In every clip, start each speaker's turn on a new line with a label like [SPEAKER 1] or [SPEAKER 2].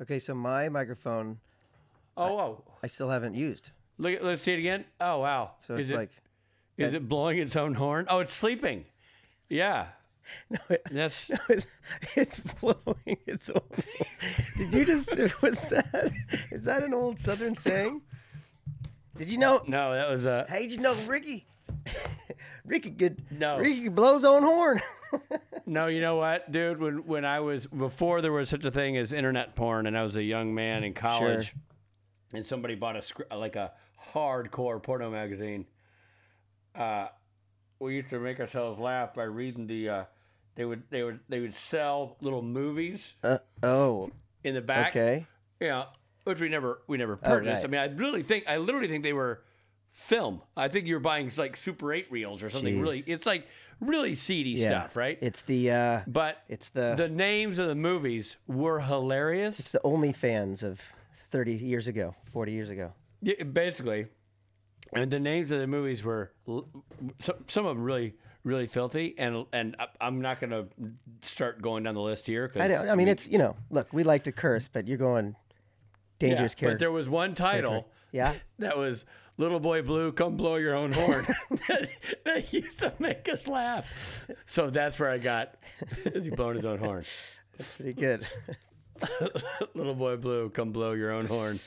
[SPEAKER 1] Okay, so my microphone
[SPEAKER 2] Oh, oh.
[SPEAKER 1] I still haven't used.
[SPEAKER 2] Look, let's see it again. Oh, wow.
[SPEAKER 1] So it's
[SPEAKER 2] is it,
[SPEAKER 1] like
[SPEAKER 2] is it blowing its own horn? Oh, it's sleeping. Yeah. That's
[SPEAKER 1] it's, it's blowing its own. Did you just was that is that an old southern saying? Did you know
[SPEAKER 2] no, that was a
[SPEAKER 1] how did you know Ricky Ricky could
[SPEAKER 2] No.
[SPEAKER 1] Ricky could blow his own horn.
[SPEAKER 2] No, you know what, dude? When when I was before there was such a thing as internet porn, and I was a young man in college,
[SPEAKER 1] Sure.
[SPEAKER 2] and somebody bought a scr- like a hardcore porno magazine. Uh, we used to make ourselves laugh by reading the. Uh, they would they would they would sell little movies
[SPEAKER 1] Uh, oh,
[SPEAKER 2] in the back.
[SPEAKER 1] okay.
[SPEAKER 2] Yeah, which we never we never purchased.
[SPEAKER 1] Oh, right.
[SPEAKER 2] I mean, I really think I literally think they were film. I think you were buying like Super Eight reels or something.
[SPEAKER 1] Jeez.
[SPEAKER 2] Really, it's like really seedy stuff, right?
[SPEAKER 1] It's the uh
[SPEAKER 2] but
[SPEAKER 1] it's the
[SPEAKER 2] the names of the movies were hilarious.
[SPEAKER 1] the OnlyFans of 30 years ago, 40 years ago.
[SPEAKER 2] Yeah, basically, and the names of the movies were l- some, some of them really, really filthy. And and I- I'm not going to start going down the list here. Cause
[SPEAKER 1] I don't I mean it's, you know, look, we like to curse, but you're going
[SPEAKER 2] yeah,
[SPEAKER 1] dangerous
[SPEAKER 2] But
[SPEAKER 1] character.
[SPEAKER 2] there was one title.
[SPEAKER 1] Yeah.
[SPEAKER 2] That was Little Boy Blue, Come Blow Your Own Horn. that, that used to make us laugh. So that's where I got is he blowing his own horn.
[SPEAKER 1] That's pretty good.
[SPEAKER 2] Little Boy Blue, Come Blow Your Own Horn.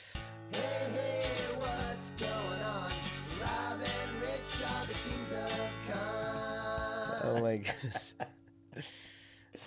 [SPEAKER 1] oh my goodness.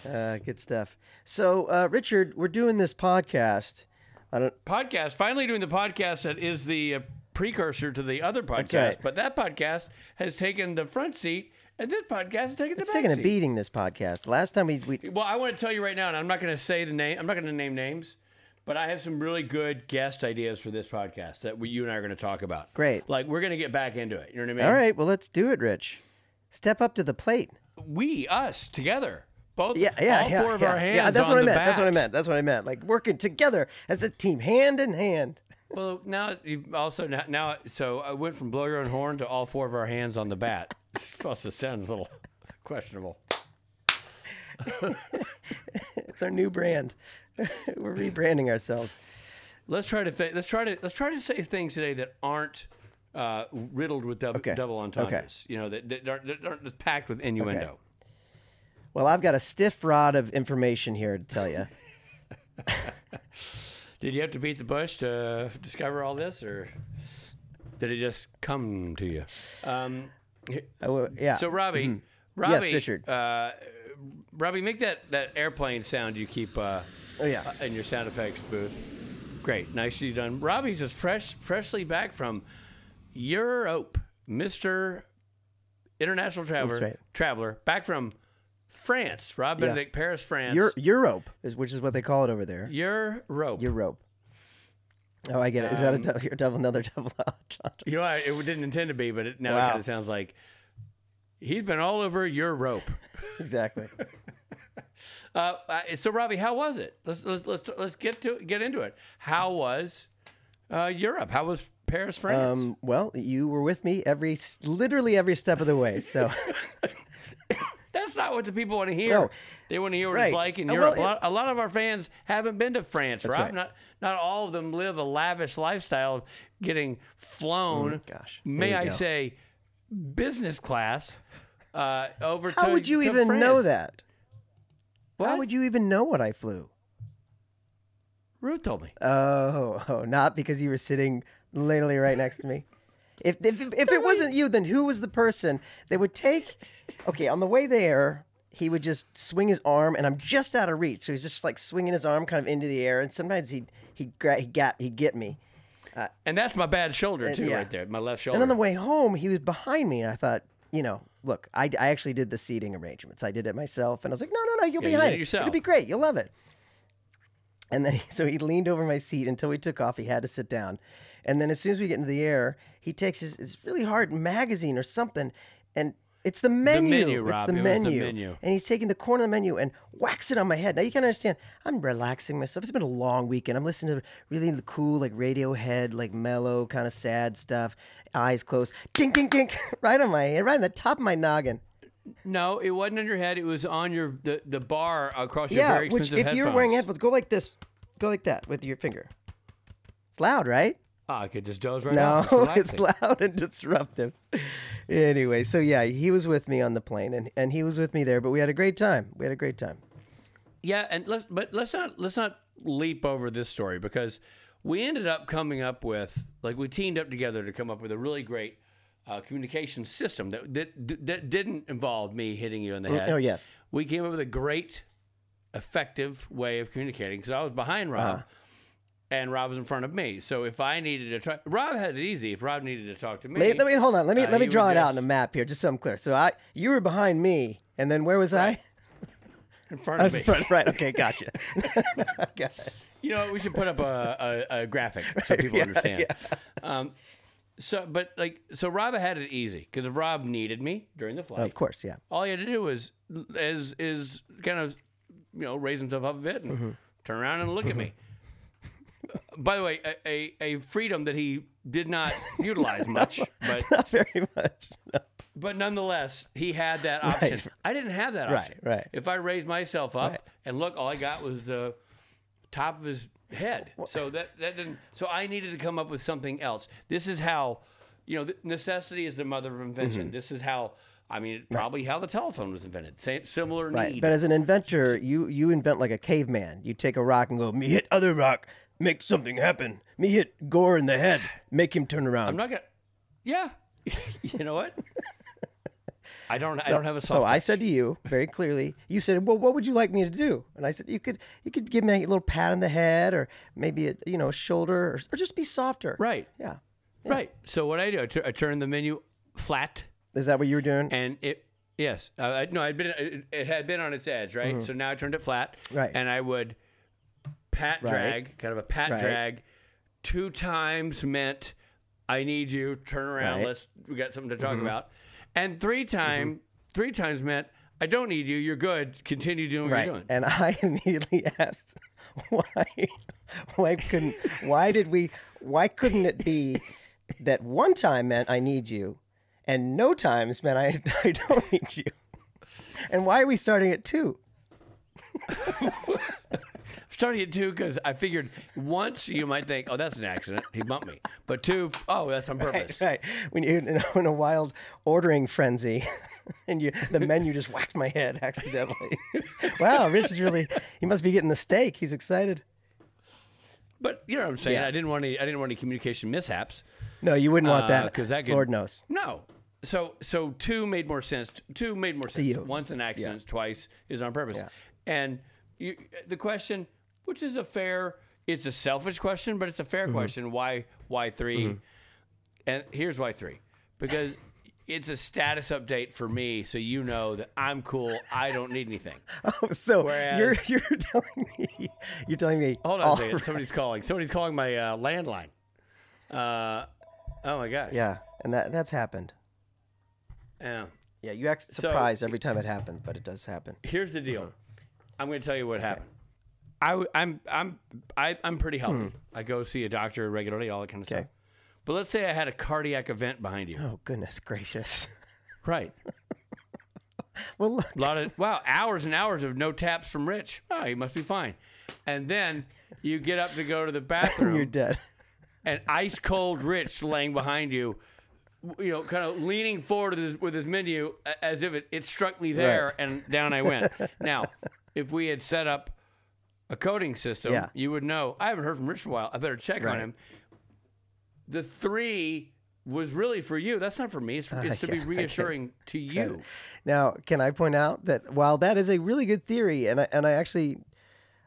[SPEAKER 1] Uh, good stuff. So, uh, Richard, we're doing this podcast. I don't
[SPEAKER 2] podcast finally doing the podcast that is the uh, precursor to the other podcast
[SPEAKER 1] right.
[SPEAKER 2] but that podcast has taken the front seat and this podcast has taken the
[SPEAKER 1] it's
[SPEAKER 2] back
[SPEAKER 1] taking a
[SPEAKER 2] seat.
[SPEAKER 1] beating this podcast. Last time we, we
[SPEAKER 2] well i want to tell you right now and i'm not going to say the name i'm not going to name names but i have some really good guest ideas for this podcast that we, you and i are going to talk about
[SPEAKER 1] Great.
[SPEAKER 2] like we're going to get back into it you know what i mean
[SPEAKER 1] All right, well, let's do it, Rich. Step up to the plate.
[SPEAKER 2] we us together both
[SPEAKER 1] Yeah, yeah,
[SPEAKER 2] all
[SPEAKER 1] yeah.
[SPEAKER 2] four of
[SPEAKER 1] yeah,
[SPEAKER 2] our hands
[SPEAKER 1] yeah, that's
[SPEAKER 2] on
[SPEAKER 1] what I
[SPEAKER 2] the
[SPEAKER 1] meant. That's what I
[SPEAKER 2] bat.
[SPEAKER 1] meant. That's what I meant. Like working together as a team, hand in hand.
[SPEAKER 2] Well, now you've also now, now so I went from blow your own horn to all four of our hands on the bat. also sounds a little questionable.
[SPEAKER 1] It's our new brand. We're rebranding ourselves.
[SPEAKER 2] Let's try to th- let's try to let's try to say things today that aren't uh, riddled with dub-
[SPEAKER 1] Okay.
[SPEAKER 2] double
[SPEAKER 1] Okay.
[SPEAKER 2] entendres. You know that, that aren't, that aren't just packed with innuendo.
[SPEAKER 1] Okay. Well, I've got a stiff rod of information here to tell you.
[SPEAKER 2] Did you have to beat the bush to discover all this, or did it just come to you? Um,
[SPEAKER 1] I will, yeah.
[SPEAKER 2] so, Robbie, Robbie,
[SPEAKER 1] Mm-hmm. Richard.
[SPEAKER 2] uh, Robbie, make that that airplane sound you keep. Uh,
[SPEAKER 1] oh yeah.
[SPEAKER 2] in your sound effects booth. Great, nicely done. Robbie's just fresh, freshly back from Europe, Mister International Traveler.
[SPEAKER 1] right.
[SPEAKER 2] Traveler back from France. Rob Benedict, Paris, France.
[SPEAKER 1] Eur- Europe is which is what they call it over there.
[SPEAKER 2] Europe.
[SPEAKER 1] Europe. Oh, I get it. Is
[SPEAKER 2] Um,
[SPEAKER 1] that a double, your double another double entendre?
[SPEAKER 2] you know, I, it didn't intend to be, but it, now it
[SPEAKER 1] Wow.
[SPEAKER 2] kind of sounds like he's been all over Europe.
[SPEAKER 1] Exactly.
[SPEAKER 2] uh, uh, so, Robbie, how was it? Let's let's let's let's get to get into it. How was uh, Europe? How was Paris, France?
[SPEAKER 1] Um, well, you were with me every s- literally every step of the way. So
[SPEAKER 2] That's not what the people want to hear.
[SPEAKER 1] No.
[SPEAKER 2] They want to hear what it's
[SPEAKER 1] Right.
[SPEAKER 2] like in
[SPEAKER 1] Uh,
[SPEAKER 2] Europe.
[SPEAKER 1] well,
[SPEAKER 2] a, lot, a lot of our fans haven't been to France, Rob.
[SPEAKER 1] right.
[SPEAKER 2] Not not all of them live a lavish lifestyle of getting flown.
[SPEAKER 1] Oh, gosh. There
[SPEAKER 2] may
[SPEAKER 1] you
[SPEAKER 2] I
[SPEAKER 1] go.
[SPEAKER 2] say, business class uh, over
[SPEAKER 1] how
[SPEAKER 2] to
[SPEAKER 1] would you
[SPEAKER 2] to
[SPEAKER 1] even
[SPEAKER 2] France.
[SPEAKER 1] know that?
[SPEAKER 2] What?
[SPEAKER 1] How would you even know what I flew?
[SPEAKER 2] Ruth told me.
[SPEAKER 1] Oh, oh, not because you were sitting literally right next to me. If if, if it wasn't you, then who was the person that would take? Okay, on the way there, he would just swing his arm, and I'm just out of reach. So he's just like swinging his arm kind of into the air, and sometimes he he gra- he got he get me.
[SPEAKER 2] And that's my bad shoulder too,
[SPEAKER 1] yeah.
[SPEAKER 2] right there, my left shoulder.
[SPEAKER 1] And on the way home, he was behind me, and I thought, you know, look, I, I actually did the seating arrangements. I did it myself, and I was like, no, no, no, you'll
[SPEAKER 2] Yeah,
[SPEAKER 1] be
[SPEAKER 2] you did
[SPEAKER 1] behind
[SPEAKER 2] it
[SPEAKER 1] it.
[SPEAKER 2] yourself.
[SPEAKER 1] It'll be great. You'll love it. And then, so he leaned over my seat until we took off. He had to sit down, and then as soon as we get into the air, he takes his it's really hard magazine or something, and. It's the menu.
[SPEAKER 2] menu,
[SPEAKER 1] it's
[SPEAKER 2] Rob.
[SPEAKER 1] the
[SPEAKER 2] It was the
[SPEAKER 1] menu.
[SPEAKER 2] menu.
[SPEAKER 1] And he's taking the corner of the menu and whacks it on my head. Now you can understand. I'm relaxing myself. It's been a long weekend. I'm listening to really cool, like Radiohead, like mellow, kind of sad stuff. Eyes closed. Dink, dink, dink. Right on my head, right on the top of my noggin.
[SPEAKER 2] no, it wasn't on your head. It was on your the, the bar across your
[SPEAKER 1] yeah.
[SPEAKER 2] very
[SPEAKER 1] Which,
[SPEAKER 2] expensive
[SPEAKER 1] if you were wearing
[SPEAKER 2] headphones.
[SPEAKER 1] headphones, go like this. Go like that with your finger. It's loud, right?
[SPEAKER 2] Oh, I could just doze right
[SPEAKER 1] no,
[SPEAKER 2] now.
[SPEAKER 1] it's loud and disruptive. anyway, so yeah, he was with me on the plane, and and he was with me there, but we had a great time. We had a great time.
[SPEAKER 2] Yeah, and let's but let's not let's not leap over this story because we ended up coming up with like we teamed up together to come up with a really great uh, communication system that that that didn't involve me hitting you in the head.
[SPEAKER 1] Oh yes.
[SPEAKER 2] we came up with a great, effective way of communicating because I was behind
[SPEAKER 1] Uh-huh.
[SPEAKER 2] Rob, and Rob was in front of me. So if I needed to try, Rob had it easy. If Rob needed to talk to me,
[SPEAKER 1] Let me, let me hold on. Let me
[SPEAKER 2] Uh,
[SPEAKER 1] let me
[SPEAKER 2] you
[SPEAKER 1] draw
[SPEAKER 2] were
[SPEAKER 1] it out
[SPEAKER 2] just-
[SPEAKER 1] on a map here, just so I'm clear. So I, you were behind me, and then where was I?
[SPEAKER 2] in front
[SPEAKER 1] I
[SPEAKER 2] of
[SPEAKER 1] was
[SPEAKER 2] me.
[SPEAKER 1] in front. Right. Okay. Gotcha. Got it.
[SPEAKER 2] You know, we should put up a, a, a graphic so people understand. Um, so, but like, so Rob had it easy because if Rob needed me during the flight,
[SPEAKER 1] Of course. Yeah.
[SPEAKER 2] all he had to do was is is kind of you know raise himself up a bit and
[SPEAKER 1] Mm-hmm.
[SPEAKER 2] turn around and look at me. By the way, a, a, a freedom that he did not utilize much, but
[SPEAKER 1] Not very much.
[SPEAKER 2] but nonetheless, he had that option. I didn't have that
[SPEAKER 1] Right,
[SPEAKER 2] option.
[SPEAKER 1] right.
[SPEAKER 2] If I raised myself up and look, all I got was the top of his head. So that that didn't. So I needed to come up with something else. This is how, you know, th- necessity is the mother of invention.
[SPEAKER 1] Mm-hmm.
[SPEAKER 2] This is how. I mean, probably how the telephone was invented. Same similar
[SPEAKER 1] Right.
[SPEAKER 2] need.
[SPEAKER 1] But as an inventor, you you invent like a caveman. You take a rock and go, me hit other rock, make something happen. Me hit Gore in the head, make him turn around.
[SPEAKER 2] I'm not gonna. Yeah. you know what? I don't. I don't have a soft.
[SPEAKER 1] so I said to you very clearly, you said, "Well, what would you like me to do?" And I said, "You could, you could give me a little pat on the head, or maybe a, you know, a shoulder, or, or just be softer."
[SPEAKER 2] right.
[SPEAKER 1] Yeah.
[SPEAKER 2] Right. So what I do, I tu- I turn the menu flat.
[SPEAKER 1] Is that what you were doing?
[SPEAKER 2] and it yes uh, I, no i'd been it, it had been on its edge right so now i turned it flat
[SPEAKER 1] Mm-hmm. Right.
[SPEAKER 2] and i would pat drag kind of a pat
[SPEAKER 1] Right.
[SPEAKER 2] drag two times meant i need you turn around
[SPEAKER 1] Right. Mm-hmm.
[SPEAKER 2] let's we got something to talk about and three time three times meant i don't need you you're good continue doing what
[SPEAKER 1] right.
[SPEAKER 2] you're doing
[SPEAKER 1] And I immediately asked, "Why? Why couldn't? Why did we? Why couldn't it be that one time meant I need you, and no times meant I I don't need you? And why are we starting at two?
[SPEAKER 2] starting at two because i figured once you might think oh that's an accident he bumped me but two oh that's on purpose
[SPEAKER 1] Right. When you're in a, in a wild ordering frenzy and you the menu just whacked my head accidentally. wow, Rich is really he must be getting the steak. He's excited.
[SPEAKER 2] but you know what i'm saying
[SPEAKER 1] Yeah.
[SPEAKER 2] i didn't want any i didn't want any communication mishaps
[SPEAKER 1] No, you wouldn't want that.
[SPEAKER 2] because Uh, that could,
[SPEAKER 1] Lord knows.
[SPEAKER 2] No, so so two made more sense. Two made more sense.
[SPEAKER 1] you.
[SPEAKER 2] Once an accident, twice is on purpose. And you, the question, which is a fair, it's a selfish question, but it's a
[SPEAKER 1] Mm-hmm.
[SPEAKER 2] fair question. Why why 3 And here's why three, because. It's a status update for me, so you know that I'm cool. I don't need anything.
[SPEAKER 1] Oh, So you're
[SPEAKER 2] Whereas-
[SPEAKER 1] you're telling me you're telling me
[SPEAKER 2] Hold on
[SPEAKER 1] all
[SPEAKER 2] a second. Somebody's calling. Somebody's calling my uh, landline. Uh, oh my gosh.
[SPEAKER 1] Yeah, and that that's happened.
[SPEAKER 2] Yeah.
[SPEAKER 1] Yeah, you act surprised every time it happened, but it does happen.
[SPEAKER 2] here's the deal. I'm going to tell you what happened. I, w- I'm I'm I, I'm pretty healthy. I go see a doctor regularly, all that kind of stuff. But let's say I had a cardiac event behind you.
[SPEAKER 1] Oh goodness gracious.
[SPEAKER 2] Right.
[SPEAKER 1] Well, look,
[SPEAKER 2] A lot of wow, hours and hours of no taps from Rich. Oh, he must be fine. And then you get up to go to the bathroom,
[SPEAKER 1] you're dead.
[SPEAKER 2] and ice cold Rich laying behind you, you know, kind of leaning forward with his, with his menu a- as if it, it struck me there and down I went. now, if we had set up a coding system,
[SPEAKER 1] Yeah.
[SPEAKER 2] you would know. I haven't heard from Rich in a while. I better check on
[SPEAKER 1] Right.
[SPEAKER 2] him. The three was really for you. That's not for me. It's, it's to
[SPEAKER 1] Oh, yeah, I
[SPEAKER 2] be
[SPEAKER 1] get it.
[SPEAKER 2] reassuring to you.
[SPEAKER 1] Now, can I point out that while that is a really good theory, and I, and I actually,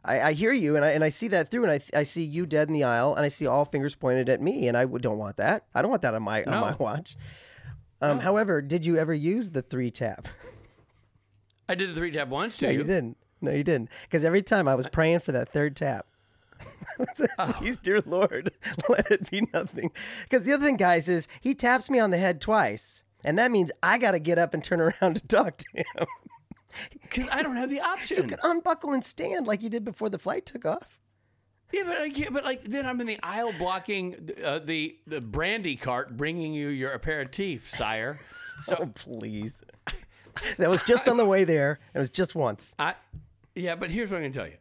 [SPEAKER 1] I, I hear you, and I and I see that through, and I I see you dead in the aisle, and I see all fingers pointed at me, and I w- don't want that. I don't want that on my on my
[SPEAKER 2] No.
[SPEAKER 1] watch. Um, However, did you ever use the three tap?
[SPEAKER 2] I did the three tap once to
[SPEAKER 1] No,
[SPEAKER 2] you.
[SPEAKER 1] you didn't. No, you didn't. Because every time I was praying for that third tap. I said,
[SPEAKER 2] Ah.
[SPEAKER 1] Please, dear Lord, let it be nothing. Because the other thing, guys, is he taps me on the head twice, and that means I got to get up and turn around to talk to him.
[SPEAKER 2] Because I don't have the option.
[SPEAKER 1] could unbuckle and stand like you did before the flight took off.
[SPEAKER 2] Yeah, but I can't, but like then I'm in the aisle blocking uh, the the brandy cart, bringing you your aperitif, sire.
[SPEAKER 1] Oh, please. That was just on the way there. It was just once.
[SPEAKER 2] I, yeah, but here's what I'm gonna tell you.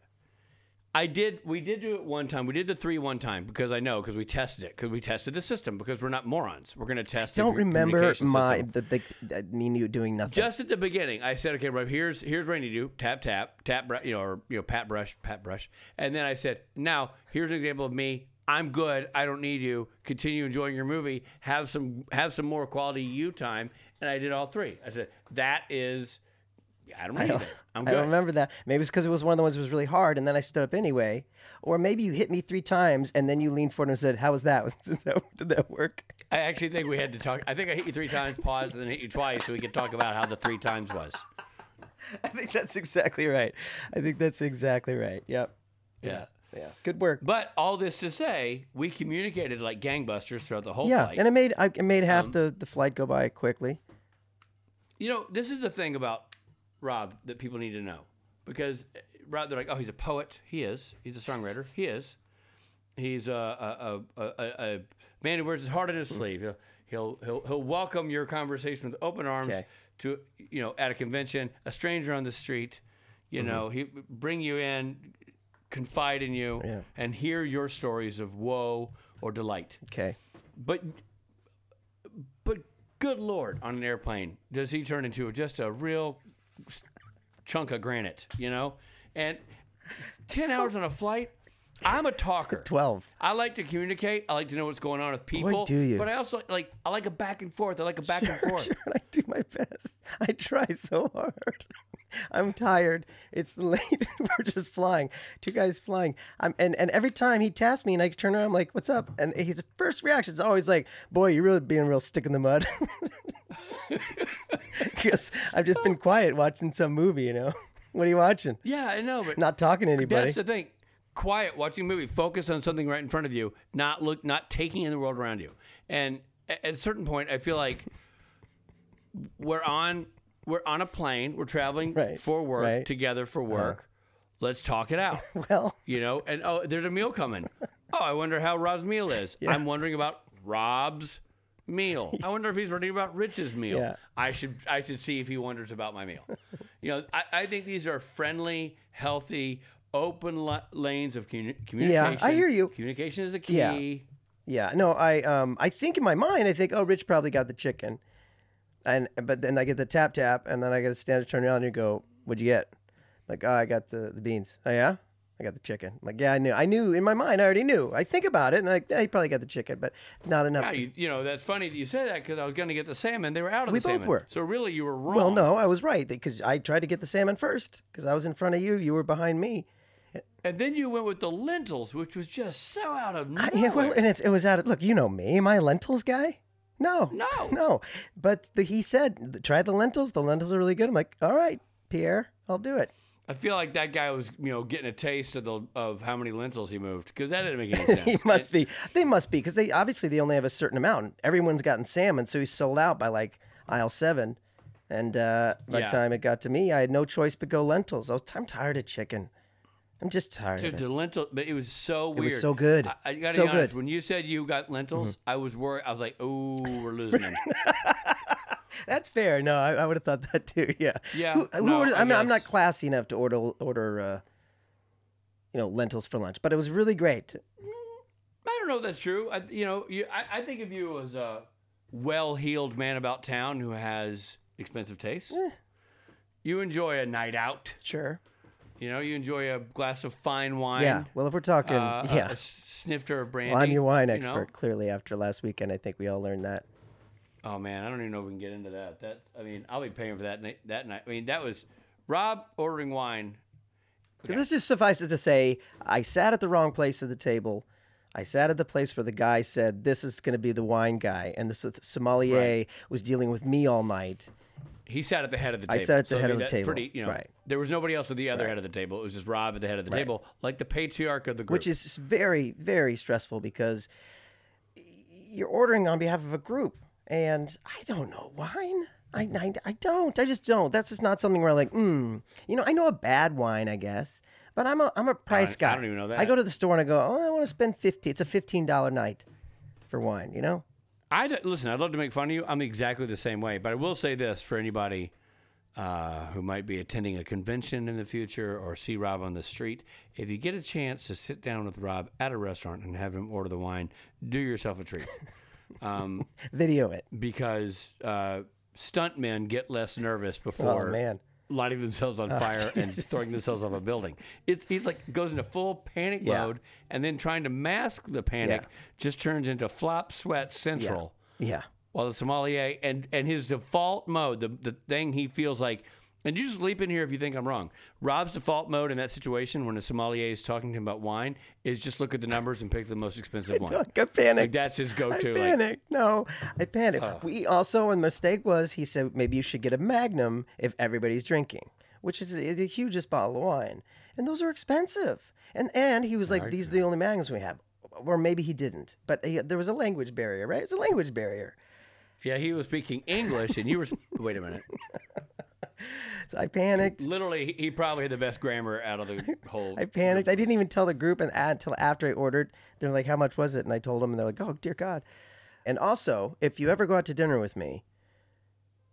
[SPEAKER 2] I did. We did do it one time. We did the three one time because I know because we tested it because we tested the system because we're not morons. We're gonna test. the
[SPEAKER 1] Don't
[SPEAKER 2] commu-
[SPEAKER 1] remember
[SPEAKER 2] communication
[SPEAKER 1] my
[SPEAKER 2] system.
[SPEAKER 1] the, the, the me and you doing nothing.
[SPEAKER 2] Just at the beginning, I said, "Okay, bro, here's here's what I need to do: tap, tap, tap, br- you know, or you know, pat brush, pat brush." And then I said, "Now here's an example of me. I'm good. I don't need you. Continue enjoying your movie. Have some have some more quality you time." And I did all three. I said, "That is, I don't need it. I'm
[SPEAKER 1] I don't
[SPEAKER 2] good."
[SPEAKER 1] remember that. Maybe it's because it was one of the ones that was really hard, and then I stood up anyway. Or maybe you hit me three times, and then you leaned forward and said, "How was that? did that, did that work?"
[SPEAKER 2] I actually think we had to talk. I think I hit you three times, paused, and then hit you twice, so we could talk about how the three times was.
[SPEAKER 1] I think that's exactly right. I think that's exactly right. Yep.
[SPEAKER 2] Yeah.
[SPEAKER 1] Yeah. Good work.
[SPEAKER 2] But all this to say, we communicated like gangbusters throughout the whole
[SPEAKER 1] yeah,
[SPEAKER 2] flight.
[SPEAKER 1] and it made I it made half the the flight go by quickly.
[SPEAKER 2] You know, this is the thing about Rob that people need to know because uh, Rob, they're like, oh, he's a poet. He is. He's a songwriter. He is. He's uh, a a, a, uh, a, a man who wears his heart on his sleeve. He'll he'll he'll, he'll welcome your conversation with open arms.
[SPEAKER 1] Okay.
[SPEAKER 2] To you know, at a convention, a stranger on the street, you know,
[SPEAKER 1] Mm-hmm.
[SPEAKER 2] he bring you in, confide in you,
[SPEAKER 1] Yeah.
[SPEAKER 2] and hear your stories of woe or delight.
[SPEAKER 1] Okay.
[SPEAKER 2] But but good lord, on an airplane, does he turn into just a real s- chunk of granite, you know? And 10 hours on a flight, I'm a talker.
[SPEAKER 1] 12.
[SPEAKER 2] I like to communicate. I like to know what's going on with people.
[SPEAKER 1] do you.
[SPEAKER 2] But I also like I like a back and forth. I like a back and
[SPEAKER 1] Sure,
[SPEAKER 2] forth.
[SPEAKER 1] sure, I do my best. I try so hard. I'm tired. It's late. We're just flying. Two guys flying. I'm, and, and every time he taps me and I turn around, I'm like, what's up? And his first reaction is always like, boy, you're really being real stick in the mud. Because I've just been quiet watching some movie, you know? What are you watching?
[SPEAKER 2] Yeah, I know, but
[SPEAKER 1] Not talking to anybody.
[SPEAKER 2] that's the thing. Quiet, watching a movie, focus on something right in front of you, not look not taking in the world around you. And a- at a certain point I feel like we're on we're on a plane. We're traveling
[SPEAKER 1] Right,
[SPEAKER 2] for work
[SPEAKER 1] right. Uh-huh.
[SPEAKER 2] together for work. Let's talk it out.
[SPEAKER 1] well,
[SPEAKER 2] you know, and oh, there's a meal coming. Oh, I wonder how Rob's meal is. I'm wondering about Rob's meal. I wonder if he's wondering about Rich's meal.
[SPEAKER 1] Yeah.
[SPEAKER 2] I should I should see if he wonders about my meal. you know, I, I think these are friendly, healthy, open la- lanes of communi- communication.
[SPEAKER 1] hear you.
[SPEAKER 2] Communication is the key.
[SPEAKER 1] Yeah. Yeah, no, I um, I think in my mind, I think, oh, Rich probably got the chicken, and but then I get the tap tap, and then I got to stand turn around and go, what'd you get? Like, oh, I got the the beans. Oh yeah, I got the chicken. like, yeah, I knew, I knew in my mind, I already knew. I think about it, and like, yeah, he probably got the chicken, but not enough.
[SPEAKER 2] Yeah,
[SPEAKER 1] to...
[SPEAKER 2] Ah, you, you know, that's funny that you said that because I was going to get the salmon. They were out of
[SPEAKER 1] We
[SPEAKER 2] the
[SPEAKER 1] both
[SPEAKER 2] salmon.
[SPEAKER 1] were.
[SPEAKER 2] So really, you were wrong.
[SPEAKER 1] Well, no, I was right because I tried to get the salmon first because I was in front of you, you were behind me.
[SPEAKER 2] And then you went with the lentils, which was just so out of nowhere.
[SPEAKER 1] Yeah, well, and it's, it was out. Of, look, you know me. Am I a lentils guy? No,
[SPEAKER 2] No.
[SPEAKER 1] no. But the, he said, try the lentils. The lentils are really good. I'm like, all right, Pierre, I'll do it.
[SPEAKER 2] I feel like that guy was, you know, getting a taste of the of how many lentils he moved because that didn't make any sense.
[SPEAKER 1] He must be. They must be because they obviously they only have a certain amount. Everyone's gotten salmon, so he's sold out by like aisle seven. And uh, by
[SPEAKER 2] Yeah.
[SPEAKER 1] the time it got to me, I had no choice but go lentils. I was, I'm tired of chicken. I'm just tired
[SPEAKER 2] Dude,
[SPEAKER 1] of it.
[SPEAKER 2] the lentil, but it was so
[SPEAKER 1] It
[SPEAKER 2] weird.
[SPEAKER 1] was so good.
[SPEAKER 2] I, I gotta
[SPEAKER 1] so
[SPEAKER 2] be honest.
[SPEAKER 1] good. Mm-hmm.
[SPEAKER 2] When you said you got lentils, I was worried. I was like, "Oh, we're losing them."
[SPEAKER 1] That's fair. No, I, I would have thought that too. Yeah.
[SPEAKER 2] Yeah,
[SPEAKER 1] Who, who
[SPEAKER 2] no,
[SPEAKER 1] orders,
[SPEAKER 2] I
[SPEAKER 1] I am I'm not
[SPEAKER 2] guess.
[SPEAKER 1] classy enough to order order uh, you know lentils for lunch, but it was really great.
[SPEAKER 2] I don't know if that's true. I, you know, you, I, I think of you as a well-heeled man about town who has expensive tastes.
[SPEAKER 1] Eh.
[SPEAKER 2] You enjoy a night out.
[SPEAKER 1] Sure.
[SPEAKER 2] You know, you enjoy a glass of fine wine.
[SPEAKER 1] Yeah. Well, if we're talking,
[SPEAKER 2] uh, a-
[SPEAKER 1] yeah.
[SPEAKER 2] a s- snifter of brandy.
[SPEAKER 1] well, I'm your wine
[SPEAKER 2] you
[SPEAKER 1] expert.
[SPEAKER 2] know?
[SPEAKER 1] Clearly, after last weekend, I think we all learned that.
[SPEAKER 2] Oh man, I don't even know if we can get into that. That's I mean, I'll be paying for that night. That night. I mean, that was Rob ordering wine.
[SPEAKER 1] Because This just suffices to say, I sat at the wrong place at the table. I sat at the place where the guy said, "This is going to be the wine guy," and the s- sommelier was dealing with me all night.
[SPEAKER 2] He sat at the head of the table.
[SPEAKER 1] sat at the
[SPEAKER 2] I
[SPEAKER 1] head
[SPEAKER 2] mean,
[SPEAKER 1] of the
[SPEAKER 2] that's
[SPEAKER 1] table.
[SPEAKER 2] Pretty, you know,
[SPEAKER 1] Right.
[SPEAKER 2] There was nobody else at the other head of the table. It was just Rob at the head of the table, like the patriarch of the group.
[SPEAKER 1] which is s- very very stressful because y- you're ordering on behalf of a group and i don't know wine i, I, I don't i just don't that's just not something where i'm like mm you know i know a bad wine i guess but i'm a i'm a price
[SPEAKER 2] I
[SPEAKER 1] guy
[SPEAKER 2] don't even know
[SPEAKER 1] i
[SPEAKER 2] that.
[SPEAKER 1] go to the store and i go oh i want to spend 50 it's a 15 dollar night for wine you know
[SPEAKER 2] I d- listen. I'd love to make fun of you. I'm exactly the same way, but I will say this for anybody uh, who might be attending a convention in the future or see Rob on the street, if you get a chance to sit down with Rob at a restaurant and have him order the wine, do yourself a treat. um,
[SPEAKER 1] Video it.
[SPEAKER 2] because uh, stuntmen get less nervous
[SPEAKER 1] Oh
[SPEAKER 2] before
[SPEAKER 1] man. Oh,
[SPEAKER 2] lighting themselves on fire and throwing themselves off a building. It's he's like goes into full panic
[SPEAKER 1] Yeah.
[SPEAKER 2] mode and then trying to mask the panic
[SPEAKER 1] Yeah.
[SPEAKER 2] just turns into flop sweat central.
[SPEAKER 1] Yeah.
[SPEAKER 2] While the sommelier and and his default mode, the the thing he feels like. And you just leap in here if you think I'm wrong. Rob's default mode in that situation when a sommelier is talking to him about wine is just look at the numbers and pick the most expensive one.
[SPEAKER 1] Look, I panicked.
[SPEAKER 2] Like that's his
[SPEAKER 1] I
[SPEAKER 2] go-to. like,
[SPEAKER 1] panicked. no, I panicked. we also, a mistake was he said maybe you should get a Magnum if everybody's drinking, which is the the hugest bottle of wine, and those are expensive. And and he was like, these are the only Magnums we have, or maybe he didn't, but he, there was a language barrier, right? It's a language barrier.
[SPEAKER 2] yeah, he was speaking English, and you were. wait a minute.
[SPEAKER 1] So I panicked.
[SPEAKER 2] Literally, he- he probably had the best grammar out of the whole.
[SPEAKER 1] I panicked. I didn't even tell the group and until after I ordered. They're like, "How much was it?" And I told them, and they're like, "Oh, dear God." And also, if you ever go out to dinner with me,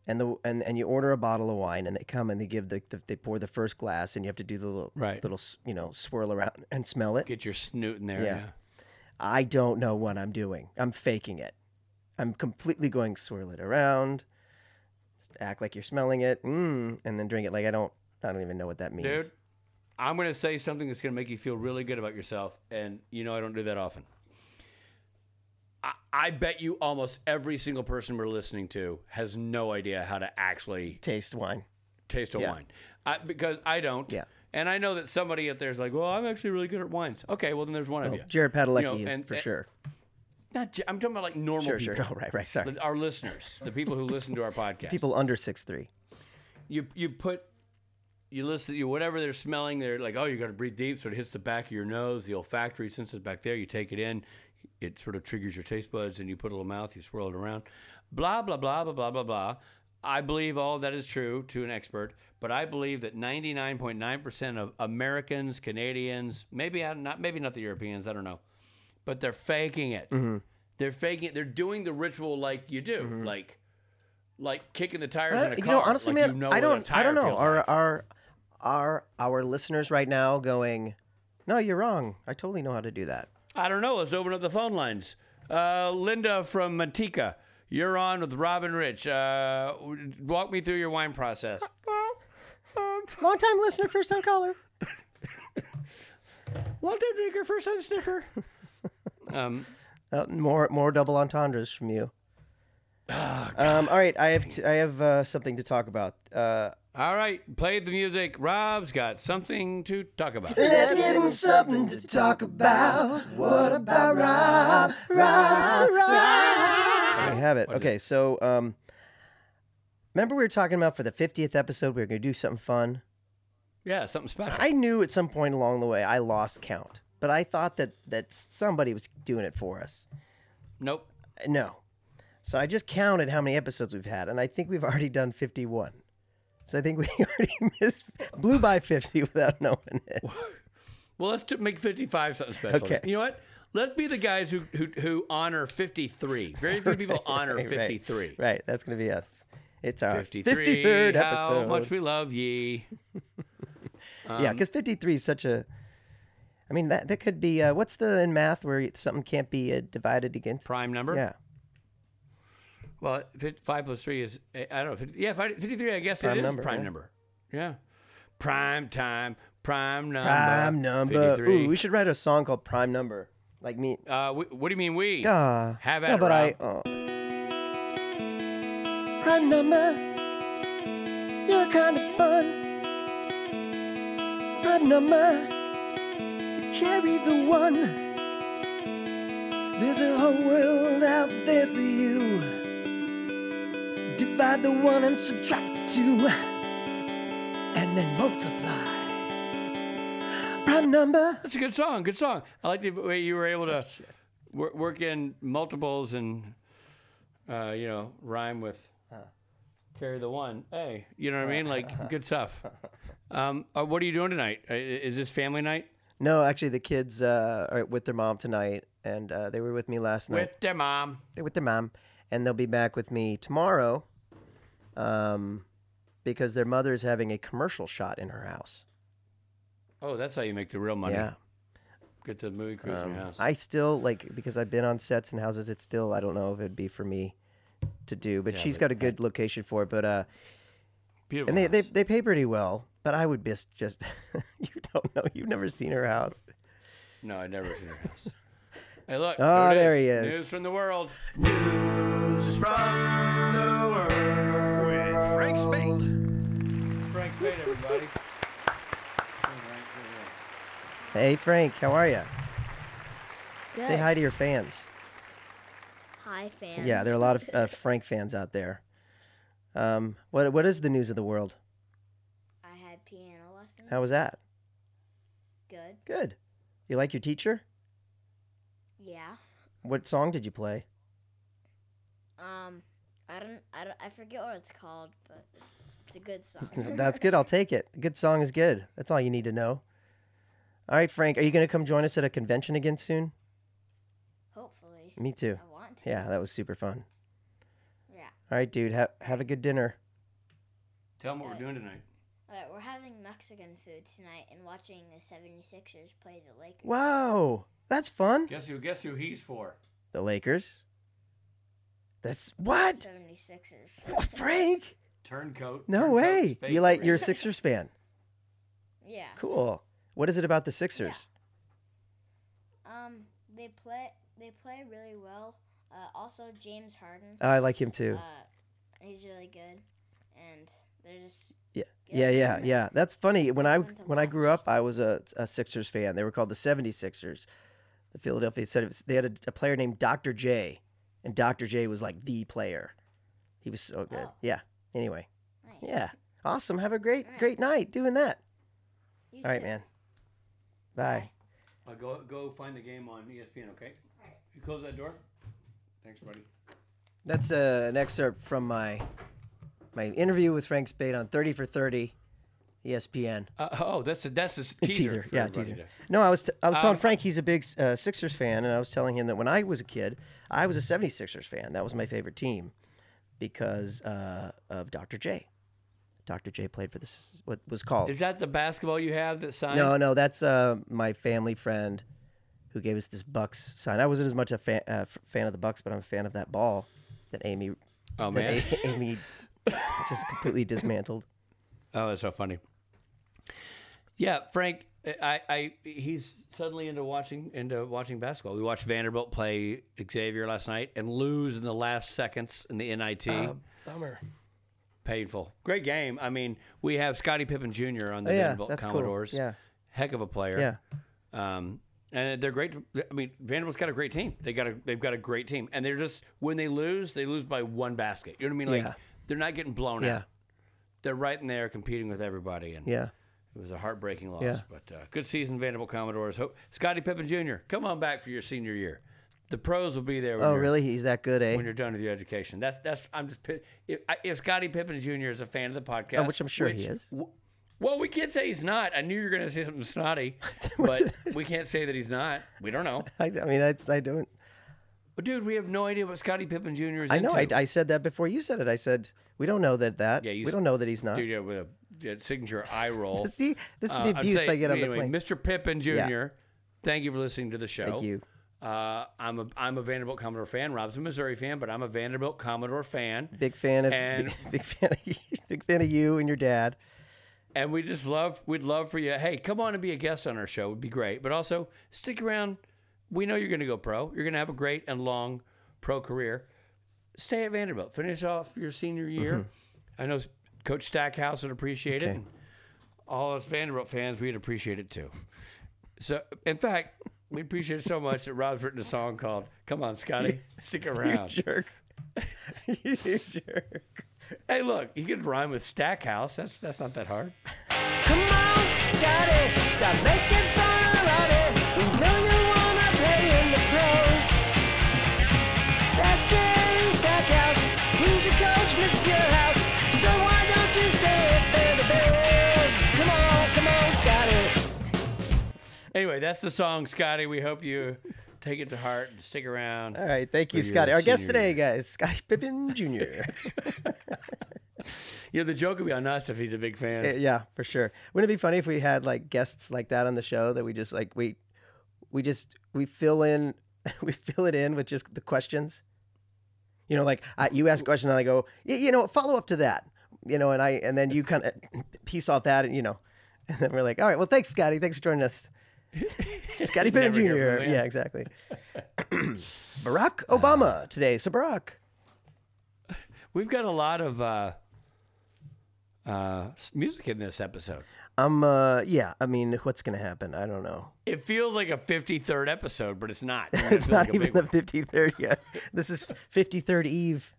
[SPEAKER 1] and the and, and you order a bottle of wine, and they come and they give the, the they pour the first glass, and you have to do the little
[SPEAKER 2] Right.
[SPEAKER 1] little s- you know swirl around and smell it.
[SPEAKER 2] Get your snoot in there.
[SPEAKER 1] Yeah. I don't know what I'm doing. I'm faking it. I'm completely going swirl it around, act like you're smelling it, mm, and then drink it like I don't. I don't even know what that means.
[SPEAKER 2] Dude, I'm going to say something that's going to make you feel really good about yourself. And you know, I don't do that often. I, I bet you almost every single person we're listening to has no idea how to actually
[SPEAKER 1] Taste wine.
[SPEAKER 2] taste a
[SPEAKER 1] Yeah.
[SPEAKER 2] wine I, because I don't.
[SPEAKER 1] Yeah.
[SPEAKER 2] And I know that somebody out there is like, well, I'm actually really good at wines. Okay, well, then there's one of you.
[SPEAKER 1] Jared Padalecki
[SPEAKER 2] You know,
[SPEAKER 1] is
[SPEAKER 2] and-
[SPEAKER 1] for
[SPEAKER 2] and-
[SPEAKER 1] sure.
[SPEAKER 2] Not, j- I'm talking about like normal
[SPEAKER 1] Sure,
[SPEAKER 2] people.
[SPEAKER 1] sure. Oh, right, right. Sorry.
[SPEAKER 2] But Our listeners, the people who listen to our podcast.
[SPEAKER 1] People under six three.
[SPEAKER 2] you you put you listen you whatever they're smelling they're like oh you got to breathe deep so it hits the back of your nose the olfactory senses back there you take it in it sort of triggers your taste buds and you put a little mouth you swirl it around blah blah blah blah blah blah blah I believe all that is true to an expert, but I believe that 99.9% of Americans, Canadians, maybe I- not maybe not the Europeans, I don't know, but they're faking it.
[SPEAKER 1] Mm-hmm.
[SPEAKER 2] They're faking it. They're doing the ritual like you do, like like kicking the tires in a
[SPEAKER 1] Uh, you
[SPEAKER 2] car.
[SPEAKER 1] know, honestly,
[SPEAKER 2] like
[SPEAKER 1] man,
[SPEAKER 2] you know
[SPEAKER 1] I
[SPEAKER 2] what a
[SPEAKER 1] don't. I
[SPEAKER 2] tire
[SPEAKER 1] don't know.
[SPEAKER 2] feels
[SPEAKER 1] Are
[SPEAKER 2] like.
[SPEAKER 1] are are our listeners right now going? No, you're wrong. I totally know how to do that.
[SPEAKER 2] I don't know. Let's open up the phone lines. Uh, Linda from Matika, you're on with Robin Rich. Uh, w- walk me through your wine process.
[SPEAKER 1] Long time listener, first time caller.
[SPEAKER 2] Long time drinker, first time sniffer. um,
[SPEAKER 1] Uh, more more double entendres from you.
[SPEAKER 2] Ah,
[SPEAKER 1] um, all right, I have t- I have uh, something to talk about. Uh,
[SPEAKER 2] all right, play the music. Rob's got something to talk about.
[SPEAKER 1] Let's give him something to talk about. What about Rob? Rob, Rob? We have it. Okay, so um, remember we were talking about for the 50th episode, we were going to do something fun.
[SPEAKER 2] Yeah, something special.
[SPEAKER 1] I knew at some point along the way I lost count, but I thought that that somebody was doing it for us.
[SPEAKER 2] Nope.
[SPEAKER 1] No, so I just counted how many episodes we've had, and I think we've already done 51. So I think we already missed blew by 50 without knowing it.
[SPEAKER 2] Well, let's t- make 55 something special.
[SPEAKER 1] Okay.
[SPEAKER 2] You know what? Let's be the guys who who, who honor 53. Very few people honor
[SPEAKER 1] Right, right.
[SPEAKER 2] 53.
[SPEAKER 1] Right, that's gonna be us. It's our
[SPEAKER 2] 53.
[SPEAKER 1] 53rd
[SPEAKER 2] How
[SPEAKER 1] episode.
[SPEAKER 2] much we love ye.
[SPEAKER 1] yeah, because 53 is such a. I mean, that that could be uh, what's the in math where something can't be uh, divided against?
[SPEAKER 2] Prime number.
[SPEAKER 1] Yeah,
[SPEAKER 2] Well, fif- five plus three is I I don't know. 50, yeah, fi- fifty-three. I guess
[SPEAKER 1] Prime
[SPEAKER 2] it is
[SPEAKER 1] number,
[SPEAKER 2] prime
[SPEAKER 1] yeah.
[SPEAKER 2] number. Yeah, prime time, prime number.
[SPEAKER 1] prime number. Ooh,
[SPEAKER 2] 53.
[SPEAKER 1] we should write a song called Prime Number. Like me.
[SPEAKER 2] uh, we, what do you mean we?
[SPEAKER 1] Duh.
[SPEAKER 2] Have
[SPEAKER 1] no,
[SPEAKER 2] at it,
[SPEAKER 1] but I.
[SPEAKER 2] Rob.
[SPEAKER 1] Oh. Prime Number. You're kind of fun. Prime Number. You carry the one. There's a whole world out there for you. Divide the one and subtract the two, and then multiply. Prime number.
[SPEAKER 2] That's a good song. Good song. I like the way you were able
[SPEAKER 1] Oh,
[SPEAKER 2] to wor- work in multiples and uh, you know rhyme with carry the one. Hey, you know what I mean? Like good stuff. Um, uh, what are you doing tonight? Uh, i- Is this family night?
[SPEAKER 1] No, actually, the kids uh, are with their mom tonight, and uh, they were with me last night.
[SPEAKER 2] With their mom.
[SPEAKER 1] They're with their mom, and they'll be back with me tomorrow. Um, because their mother is having a commercial shot in her house.
[SPEAKER 2] Oh, that's how you make the real money.
[SPEAKER 1] Yeah.
[SPEAKER 2] Get the movie crews in your house.
[SPEAKER 1] Um, I still like because I've been on sets and houses. It's still I don't know if it'd be for me to do, but
[SPEAKER 2] Yeah,
[SPEAKER 1] she's
[SPEAKER 2] but
[SPEAKER 1] got a good location for it. But uh,
[SPEAKER 2] Beautiful.
[SPEAKER 1] and they, they
[SPEAKER 2] house.
[SPEAKER 1] they pay pretty well. But I would just just you don't know. You've never seen her house.
[SPEAKER 2] No, I never seen her house. Hey, look.
[SPEAKER 1] Oh,
[SPEAKER 2] it
[SPEAKER 1] there he is.
[SPEAKER 2] News from the world.
[SPEAKER 3] News from the world with Frank Spate.
[SPEAKER 2] Frank Bate, everybody.
[SPEAKER 1] Hey Frank, how are you? Say
[SPEAKER 4] Good.
[SPEAKER 1] hi to your fans.
[SPEAKER 4] Hi, fans.
[SPEAKER 1] Yeah, there are a lot of uh, Frank fans out there. Um, what what is the news of the world?
[SPEAKER 4] I had piano lessons.
[SPEAKER 1] How was that?
[SPEAKER 4] Good.
[SPEAKER 1] Good. You like your teacher?
[SPEAKER 4] Yeah.
[SPEAKER 1] What song did you play?
[SPEAKER 4] Um, I don't, I don't, I forget what it's called, but it's, it's a good song.
[SPEAKER 1] That's good. I'll take it. A good song is good. That's all you need to know. All right, Frank, are you going to come join us at a convention again soon?
[SPEAKER 4] Hopefully,
[SPEAKER 1] Me too.
[SPEAKER 4] I want to.
[SPEAKER 1] Yeah, that was super fun.
[SPEAKER 4] Yeah.
[SPEAKER 1] All right, dude, ha- have a good dinner.
[SPEAKER 2] Tell them what we're doing tonight.
[SPEAKER 4] All right, we're having Mexican food tonight and watching the 76ers play the Lakers.
[SPEAKER 1] Wow, that's fun.
[SPEAKER 2] Guess who? Guess who he's for?
[SPEAKER 1] The Lakers. That's what?
[SPEAKER 4] 76ers.
[SPEAKER 1] Frank?
[SPEAKER 2] Turncoat.
[SPEAKER 1] No
[SPEAKER 2] turncoat,
[SPEAKER 1] way.
[SPEAKER 2] spade
[SPEAKER 1] You like
[SPEAKER 2] ring.
[SPEAKER 1] you're a Sixers fan.
[SPEAKER 4] Yeah.
[SPEAKER 1] Cool. What is it about the Sixers?
[SPEAKER 4] Um, they play, they play really well. Uh, also James Harden.
[SPEAKER 1] Oh, I like him too.
[SPEAKER 4] Uh, he's really good, and they're just
[SPEAKER 1] Yeah,
[SPEAKER 4] good.
[SPEAKER 1] yeah, yeah, yeah. That's funny. When I
[SPEAKER 4] Fun to
[SPEAKER 1] when I grew
[SPEAKER 4] watch.
[SPEAKER 1] up, I was a, a Sixers fan. They were called the 76ers. The Philadelphia 76ers. They had a, a player named Dr. J, and Dr. J was like the player. He was so good.
[SPEAKER 4] Oh.
[SPEAKER 1] Yeah. Anyway,
[SPEAKER 4] Nice.
[SPEAKER 1] yeah. Awesome. Have a great
[SPEAKER 4] All right.
[SPEAKER 1] great night doing that.
[SPEAKER 4] You
[SPEAKER 1] All right,
[SPEAKER 4] too.
[SPEAKER 1] man. Bye.
[SPEAKER 2] Uh, go go find the game on E ESPN. Okay. You close that door. Thanks, buddy.
[SPEAKER 1] That's uh, an excerpt from my my interview with Frank Spade on 30 for E 30 ESPN.
[SPEAKER 2] Uh, oh, that's a that's a teaser. for
[SPEAKER 1] yeah,
[SPEAKER 2] everybody
[SPEAKER 1] teaser.
[SPEAKER 2] to-
[SPEAKER 1] No, I was t- I was telling
[SPEAKER 2] Um,
[SPEAKER 1] Frank he's a big uh, Sixers fan, and I was telling him that when I was a kid, I was a 76ers fan. That was my favorite team because uh, of Dr. J. Dr. J played for this what was called.
[SPEAKER 2] Is that the basketball you have that Oh, signed?
[SPEAKER 1] No, no, that's uh, my family friend who gave us this Bucks sign. I wasn't as much a fan, uh, f- fan of the Bucks, but I'm a fan of that ball that Amy
[SPEAKER 2] Oh
[SPEAKER 1] that
[SPEAKER 2] man.
[SPEAKER 1] A- Amy just completely dismantled.
[SPEAKER 2] Oh, that's so funny. Yeah, Frank, I, I he's suddenly into watching into watching basketball. We watched Vanderbilt play Xavier last night and lose in the last seconds in the NIT.
[SPEAKER 1] Um, Bummer.
[SPEAKER 2] Painful. Great game. I mean, we have Scottie Pippen Jr. on the
[SPEAKER 1] Oh, yeah,
[SPEAKER 2] Vanderbilt
[SPEAKER 1] that's cool.
[SPEAKER 2] Commodores.
[SPEAKER 1] Yeah.
[SPEAKER 2] heck of a player.
[SPEAKER 1] Yeah.
[SPEAKER 2] Um, and they're great. I mean, Vanderbilt's got a great team. They got a they've got a great team, and they're just when they lose, they lose by one basket. You know what I mean? Like
[SPEAKER 1] Yeah.
[SPEAKER 2] they're not getting blown
[SPEAKER 1] Yeah.
[SPEAKER 2] out. They're right in there competing with everybody, and
[SPEAKER 1] Yeah.
[SPEAKER 2] it was a heartbreaking loss.
[SPEAKER 1] Yeah.
[SPEAKER 2] But uh, good season, Vanderbilt Commodores. Hope Scottie Pippen Jr. Come on back for your senior year. The pros will be there. When
[SPEAKER 1] Oh,
[SPEAKER 2] you're,
[SPEAKER 1] really? He's that good, eh?
[SPEAKER 2] When you're done with your education, that's that's. I'm just pit- if, I- if Scottie Pippen Jr. is a fan of the podcast,
[SPEAKER 1] Oh, which I'm sure he is.
[SPEAKER 2] w- well, we can't say he's not. I knew you were going to say something snotty, but we can't say that he's not. We don't know,
[SPEAKER 1] I, I mean, I, I don't.
[SPEAKER 2] but dude, we have no idea what Scottie Pippen Jr. is
[SPEAKER 1] I know. I,
[SPEAKER 2] into.
[SPEAKER 1] I said that before you said it. I said we don't know that that.
[SPEAKER 2] you
[SPEAKER 1] we
[SPEAKER 2] s-
[SPEAKER 1] don't know that he's not.
[SPEAKER 2] dude, yeah, with a, a signature eye roll.
[SPEAKER 1] See, this is
[SPEAKER 2] Uh,
[SPEAKER 1] the
[SPEAKER 2] I'm
[SPEAKER 1] abuse I
[SPEAKER 2] saying-
[SPEAKER 1] get on
[SPEAKER 2] anyway,
[SPEAKER 1] the plane.
[SPEAKER 2] Mr. Pippen Jr. Thank you for listening to the show.
[SPEAKER 1] Thank you.
[SPEAKER 2] Uh, I'm a I'm a Vanderbilt Commodore fan. Rob's a Missouri fan, but I'm a Vanderbilt Commodore fan,
[SPEAKER 1] Big fan of
[SPEAKER 2] And-
[SPEAKER 1] big, big fan of you, big fan of you and your dad.
[SPEAKER 2] and we just love we'd love for you. Hey, come on and be a guest on our show. Would be great, but also stick around. We know you're going to go pro. You're going to have a great and long pro career. Stay at Vanderbilt. Finish off your senior year. I know Coach Stackhouse would appreciate it.
[SPEAKER 1] Okay.
[SPEAKER 2] And all us Vanderbilt fans, we'd appreciate it too. So, in fact, we appreciate it so much that Rob's written a song called "Come On, Scotty, Stick Around."
[SPEAKER 1] Jerk. you jerk.
[SPEAKER 2] Hey, look, you could rhyme with Stackhouse. That's that's not that hard.
[SPEAKER 1] Come on, Scotty, stop making fun of Robbie. We know you wanna play in the pros. That's Jerry Stackhouse. He's your coach, miss your house. So why don't you stay at Vanderbilt? Come on, come on, Scotty.
[SPEAKER 2] Anyway, that's the song, Scotty. We hope you take it to heart and stick around.
[SPEAKER 1] All right, thank you,
[SPEAKER 2] For your
[SPEAKER 1] Scotty. Our guest
[SPEAKER 2] senior
[SPEAKER 1] today, guys, Scotty Pippen Jr.
[SPEAKER 2] You know, the joke would be on us if he's a big fan.
[SPEAKER 1] Eh, yeah, for sure. Wouldn't it be funny if we had like guests like that on the show that we just like we we just we fill in we fill it in with just the questions. You know, like I, you ask a question and I go, y- you know, follow up to that. You know, and I and then you kind of piece off that and you know, and then we're like, all right, well, thanks, Scotty, thanks for joining us. Scotty Pippen Jr.
[SPEAKER 2] Never hear from him, yeah.
[SPEAKER 1] Yeah, exactly. Barack
[SPEAKER 2] Ah.
[SPEAKER 1] Obama today. So Barack,
[SPEAKER 2] We've got a lot of uh, uh, s- music in this episode.
[SPEAKER 1] I'm uh yeah, I mean, what's gonna happen? I don't know.
[SPEAKER 2] It feels like a 53rd episode, but it's not. It
[SPEAKER 1] It's
[SPEAKER 2] feels
[SPEAKER 1] not
[SPEAKER 2] like a
[SPEAKER 1] even
[SPEAKER 2] big
[SPEAKER 1] the
[SPEAKER 2] one.
[SPEAKER 1] 53rd yet. This is 53rd Eve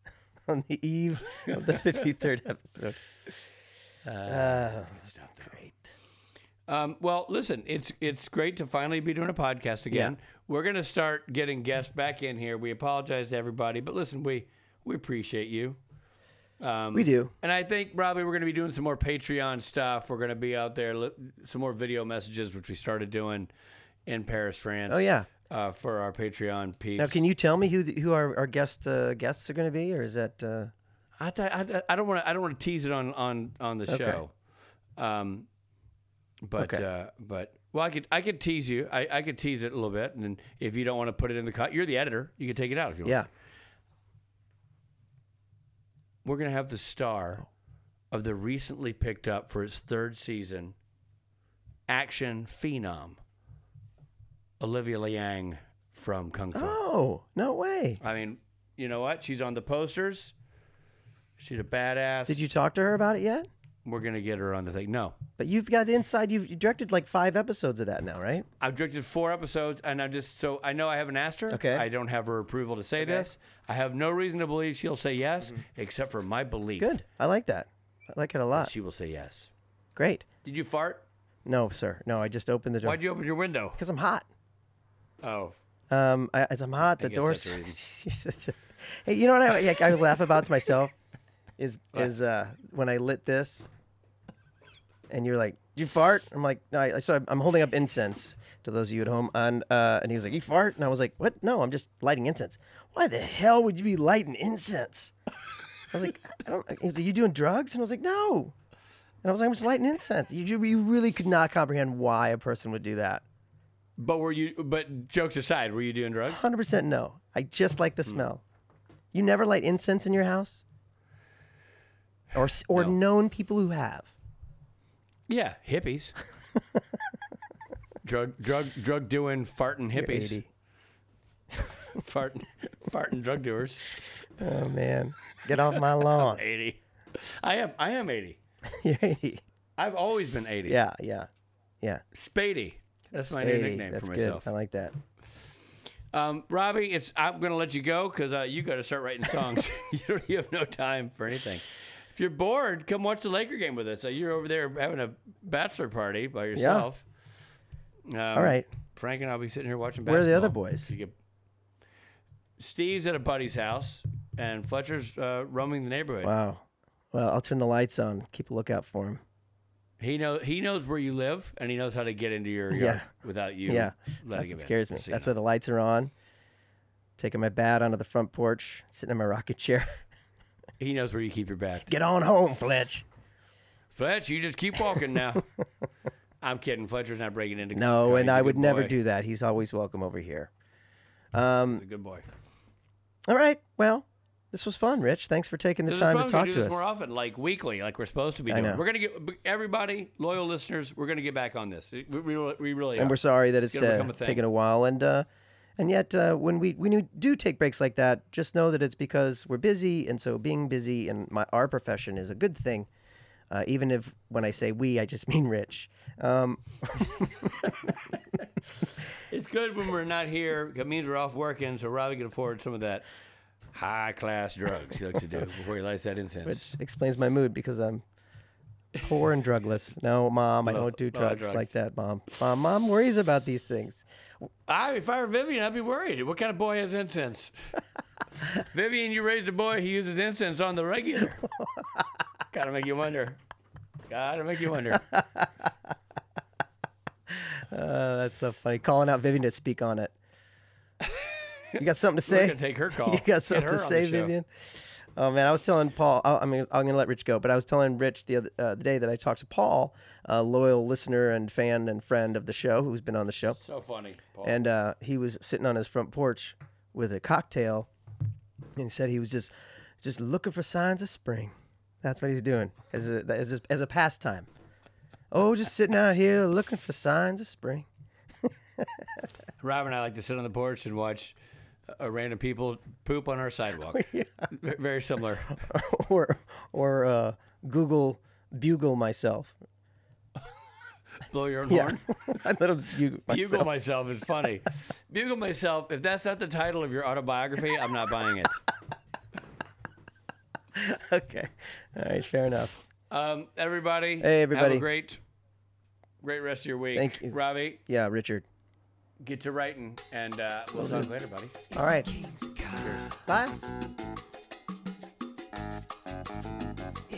[SPEAKER 1] on the eve of the 53rd episode.
[SPEAKER 2] Good stuff, though. Um, well, listen, it's it's great to finally be doing a podcast again. We're gonna start getting guests back in here. We apologize to everybody, but listen, we we appreciate you. Um,
[SPEAKER 1] We do.
[SPEAKER 2] and I think probably we're gonna be doing some more Patreon stuff. We're gonna be out there li- some more video messages, which we started doing in Paris, France.
[SPEAKER 1] Oh, yeah.
[SPEAKER 2] uh, for our Patreon peeps.
[SPEAKER 1] Now, can you tell me who the, who our, our guest uh, guests are going to be, or is that uh,
[SPEAKER 2] I, th- I, I don't want to. I don't want to tease it on on on the
[SPEAKER 1] Okay.
[SPEAKER 2] show. Um, but
[SPEAKER 1] Okay.
[SPEAKER 2] uh, but well, I could I could tease you. I, I could tease it a little bit, and then if you don't want to put it in the cut, you're the editor. You can take it out if you want.
[SPEAKER 1] yeah?
[SPEAKER 2] We're gonna have the star of the recently picked up for its third season action phenom, Olivia Liang from Kung Fu.
[SPEAKER 1] Oh no way!
[SPEAKER 2] I mean, you know what? She's on the posters. She's a badass.
[SPEAKER 1] Did you talk to her about it yet?
[SPEAKER 2] We're gonna get her on the thing. No.
[SPEAKER 1] But you've got the inside. You've you directed like five episodes of that now, right?
[SPEAKER 2] I've directed four episodes, and I'm just so I know I haven't asked her.
[SPEAKER 1] Okay.
[SPEAKER 2] I don't have her approval to say this. I have no reason to believe she'll say yes, except for my belief.
[SPEAKER 1] Mm-hmm. Good. I like that. I like it a lot.
[SPEAKER 2] She will say yes.
[SPEAKER 1] Great.
[SPEAKER 2] Did you fart?
[SPEAKER 1] No, sir. No, I just opened the door
[SPEAKER 2] Why'd you open your window?
[SPEAKER 1] because I'm hot.
[SPEAKER 2] Oh,
[SPEAKER 1] Um, I, as I'm hot, the
[SPEAKER 2] guess
[SPEAKER 1] doors.
[SPEAKER 2] that's the
[SPEAKER 1] You're such a- hey, you know what I, I laugh about to myself is is uh, when I lit this, and you're like, "Did you fart?" I'm like, "No." I, so I'm- I'm holding up incense to those of you at home, and uh, and he was like, "You fart?" And I was like, "What? No, I'm just lighting incense." Why the hell would you be lighting incense? I was like, "I don't." He was like, "You doing drugs?" And I was like, "No." And I was like, "I'm just lighting incense." You you really could not comprehend why a person would do that.
[SPEAKER 2] but were you? But jokes aside, were you doing drugs?
[SPEAKER 1] Hundred percent no. I just like the
[SPEAKER 2] Hmm.
[SPEAKER 1] smell. You never light incense in your house, or s- or
[SPEAKER 2] No.
[SPEAKER 1] known people who have.
[SPEAKER 2] Yeah, hippies. drug, drug, drug doing farting
[SPEAKER 1] You're
[SPEAKER 2] hippies.
[SPEAKER 1] 80.
[SPEAKER 2] Farting, farting drug doers.
[SPEAKER 1] Oh man, get off my lawn.
[SPEAKER 2] Eighty. I am. I am eighty.
[SPEAKER 1] You're eighty.
[SPEAKER 2] I've always been eighty.
[SPEAKER 1] Yeah, yeah, yeah.
[SPEAKER 2] Spady. That's my new
[SPEAKER 1] Eighty.
[SPEAKER 2] nickname
[SPEAKER 1] That's
[SPEAKER 2] for
[SPEAKER 1] good.
[SPEAKER 2] myself.
[SPEAKER 1] I like that.
[SPEAKER 2] Um, Robbie, it's I'm gonna let you go because uh, you got to start writing songs. you, don't, you have no time for anything. If you're bored, come watch the Laker game with us. Uh, you're over there having a bachelor party by yourself. Um,
[SPEAKER 1] All right.
[SPEAKER 2] Frank and I'll be sitting here watching.
[SPEAKER 1] Where are the other
[SPEAKER 2] basketball.
[SPEAKER 1] boys?
[SPEAKER 2] You get- Steve's at a buddy's house, and Fletcher's uh, roaming the neighborhood.
[SPEAKER 1] Wow. Well, I'll turn the lights on. Keep a lookout for him.
[SPEAKER 2] He knows he knows where you live, and he knows how to get into your yard
[SPEAKER 1] Yeah.
[SPEAKER 2] without you.
[SPEAKER 1] yeah, that's
[SPEAKER 2] letting him
[SPEAKER 1] what
[SPEAKER 2] in.
[SPEAKER 1] scares me.
[SPEAKER 2] Just so you
[SPEAKER 1] That's
[SPEAKER 2] know.
[SPEAKER 1] why the lights are on. Taking my bat onto the front porch, sitting in my rocket chair.
[SPEAKER 2] he knows where you keep your back.
[SPEAKER 1] Get on home, Fletch.
[SPEAKER 2] Fletch, you just keep walking now. I'm kidding. Fletcher's not breaking into.
[SPEAKER 1] No,
[SPEAKER 2] Cody.
[SPEAKER 1] and
[SPEAKER 2] He's a
[SPEAKER 1] I
[SPEAKER 2] good
[SPEAKER 1] would never
[SPEAKER 2] boy.
[SPEAKER 1] do that. He's always welcome over here.
[SPEAKER 2] He's a good boy.
[SPEAKER 1] All right. Well, this was fun, Rich. Thanks for taking the
[SPEAKER 2] This is
[SPEAKER 1] time
[SPEAKER 2] fun.
[SPEAKER 1] to
[SPEAKER 2] We
[SPEAKER 1] talk
[SPEAKER 2] do
[SPEAKER 1] to
[SPEAKER 2] this
[SPEAKER 1] us.
[SPEAKER 2] more often, like weekly, like we're supposed to be
[SPEAKER 1] I
[SPEAKER 2] doing.
[SPEAKER 1] know.
[SPEAKER 2] We're gonna get everybody, loyal listeners. We're gonna get back on this. We, we, really- we really.
[SPEAKER 1] And
[SPEAKER 2] are.
[SPEAKER 1] we're sorry that it's
[SPEAKER 2] gonna
[SPEAKER 1] uh,
[SPEAKER 2] become a thing.
[SPEAKER 1] taken a while. And uh, and yet, uh, when we when we do take breaks like that, just know that it's because we're busy. And so, being busy in my our profession is a good thing. Uh, even if when I say we, I just mean Rich. Um,
[SPEAKER 2] It's good when we're not here. It means we're off working, so Robbie can afford some of that high class drugs he likes to do before he lights that incense.
[SPEAKER 1] which explains my mood because I'm poor and drugless. No, mom, I don't do
[SPEAKER 2] low
[SPEAKER 1] drugs, like
[SPEAKER 2] drugs.
[SPEAKER 1] that, mom. Mom, mom worries about these things.
[SPEAKER 2] I, if I were Vivian, I'd be worried. What kind of boy has incense? Vivian, you raised a boy. He uses incense on the regular. Gotta make you wonder. Gotta make you wonder.
[SPEAKER 1] Uh, that's so funny. Calling out Vivian to speak on it. You got something to
[SPEAKER 2] We're
[SPEAKER 1] say?
[SPEAKER 2] gonna take her call.
[SPEAKER 1] You got
[SPEAKER 2] Oh, Get
[SPEAKER 1] something
[SPEAKER 2] her
[SPEAKER 1] to
[SPEAKER 2] on the
[SPEAKER 1] say,
[SPEAKER 2] show.
[SPEAKER 1] Vivian? Oh man, I was telling Paul. I, I mean, I'm gonna let Rich go, but I was telling Rich the other uh, the day that I talked to Paul, a loyal listener and fan and friend of the show who's been on the show,
[SPEAKER 2] So funny, Paul.
[SPEAKER 1] and uh, he was sitting on his front porch with a cocktail, and said he was just just looking for signs of spring. That's what he's doing as a as a, as a pastime. Oh, just sitting out here looking for signs of spring.
[SPEAKER 2] Rob and I like to sit on the porch and watch uh, random people poop on our sidewalk. V- Very similar.
[SPEAKER 1] or or uh, Google bugle myself.
[SPEAKER 2] Blow your own
[SPEAKER 1] Yeah,
[SPEAKER 2] horn.
[SPEAKER 1] I thought it was bugle myself.
[SPEAKER 2] Bugle myself is funny. Bugle myself. If that's not the title of your autobiography, I'm not buying it.
[SPEAKER 1] okay, all right, fair enough.
[SPEAKER 2] Um, everybody.
[SPEAKER 1] Hey,
[SPEAKER 2] Have
[SPEAKER 1] everybody.
[SPEAKER 2] a great, great rest of your week.
[SPEAKER 1] Thank you.
[SPEAKER 2] Robbie.
[SPEAKER 1] Yeah, Richard.
[SPEAKER 2] Get to writing, and uh, we'll talk later, buddy.
[SPEAKER 1] All right,
[SPEAKER 2] Cheers.
[SPEAKER 1] bye.
[SPEAKER 3] It's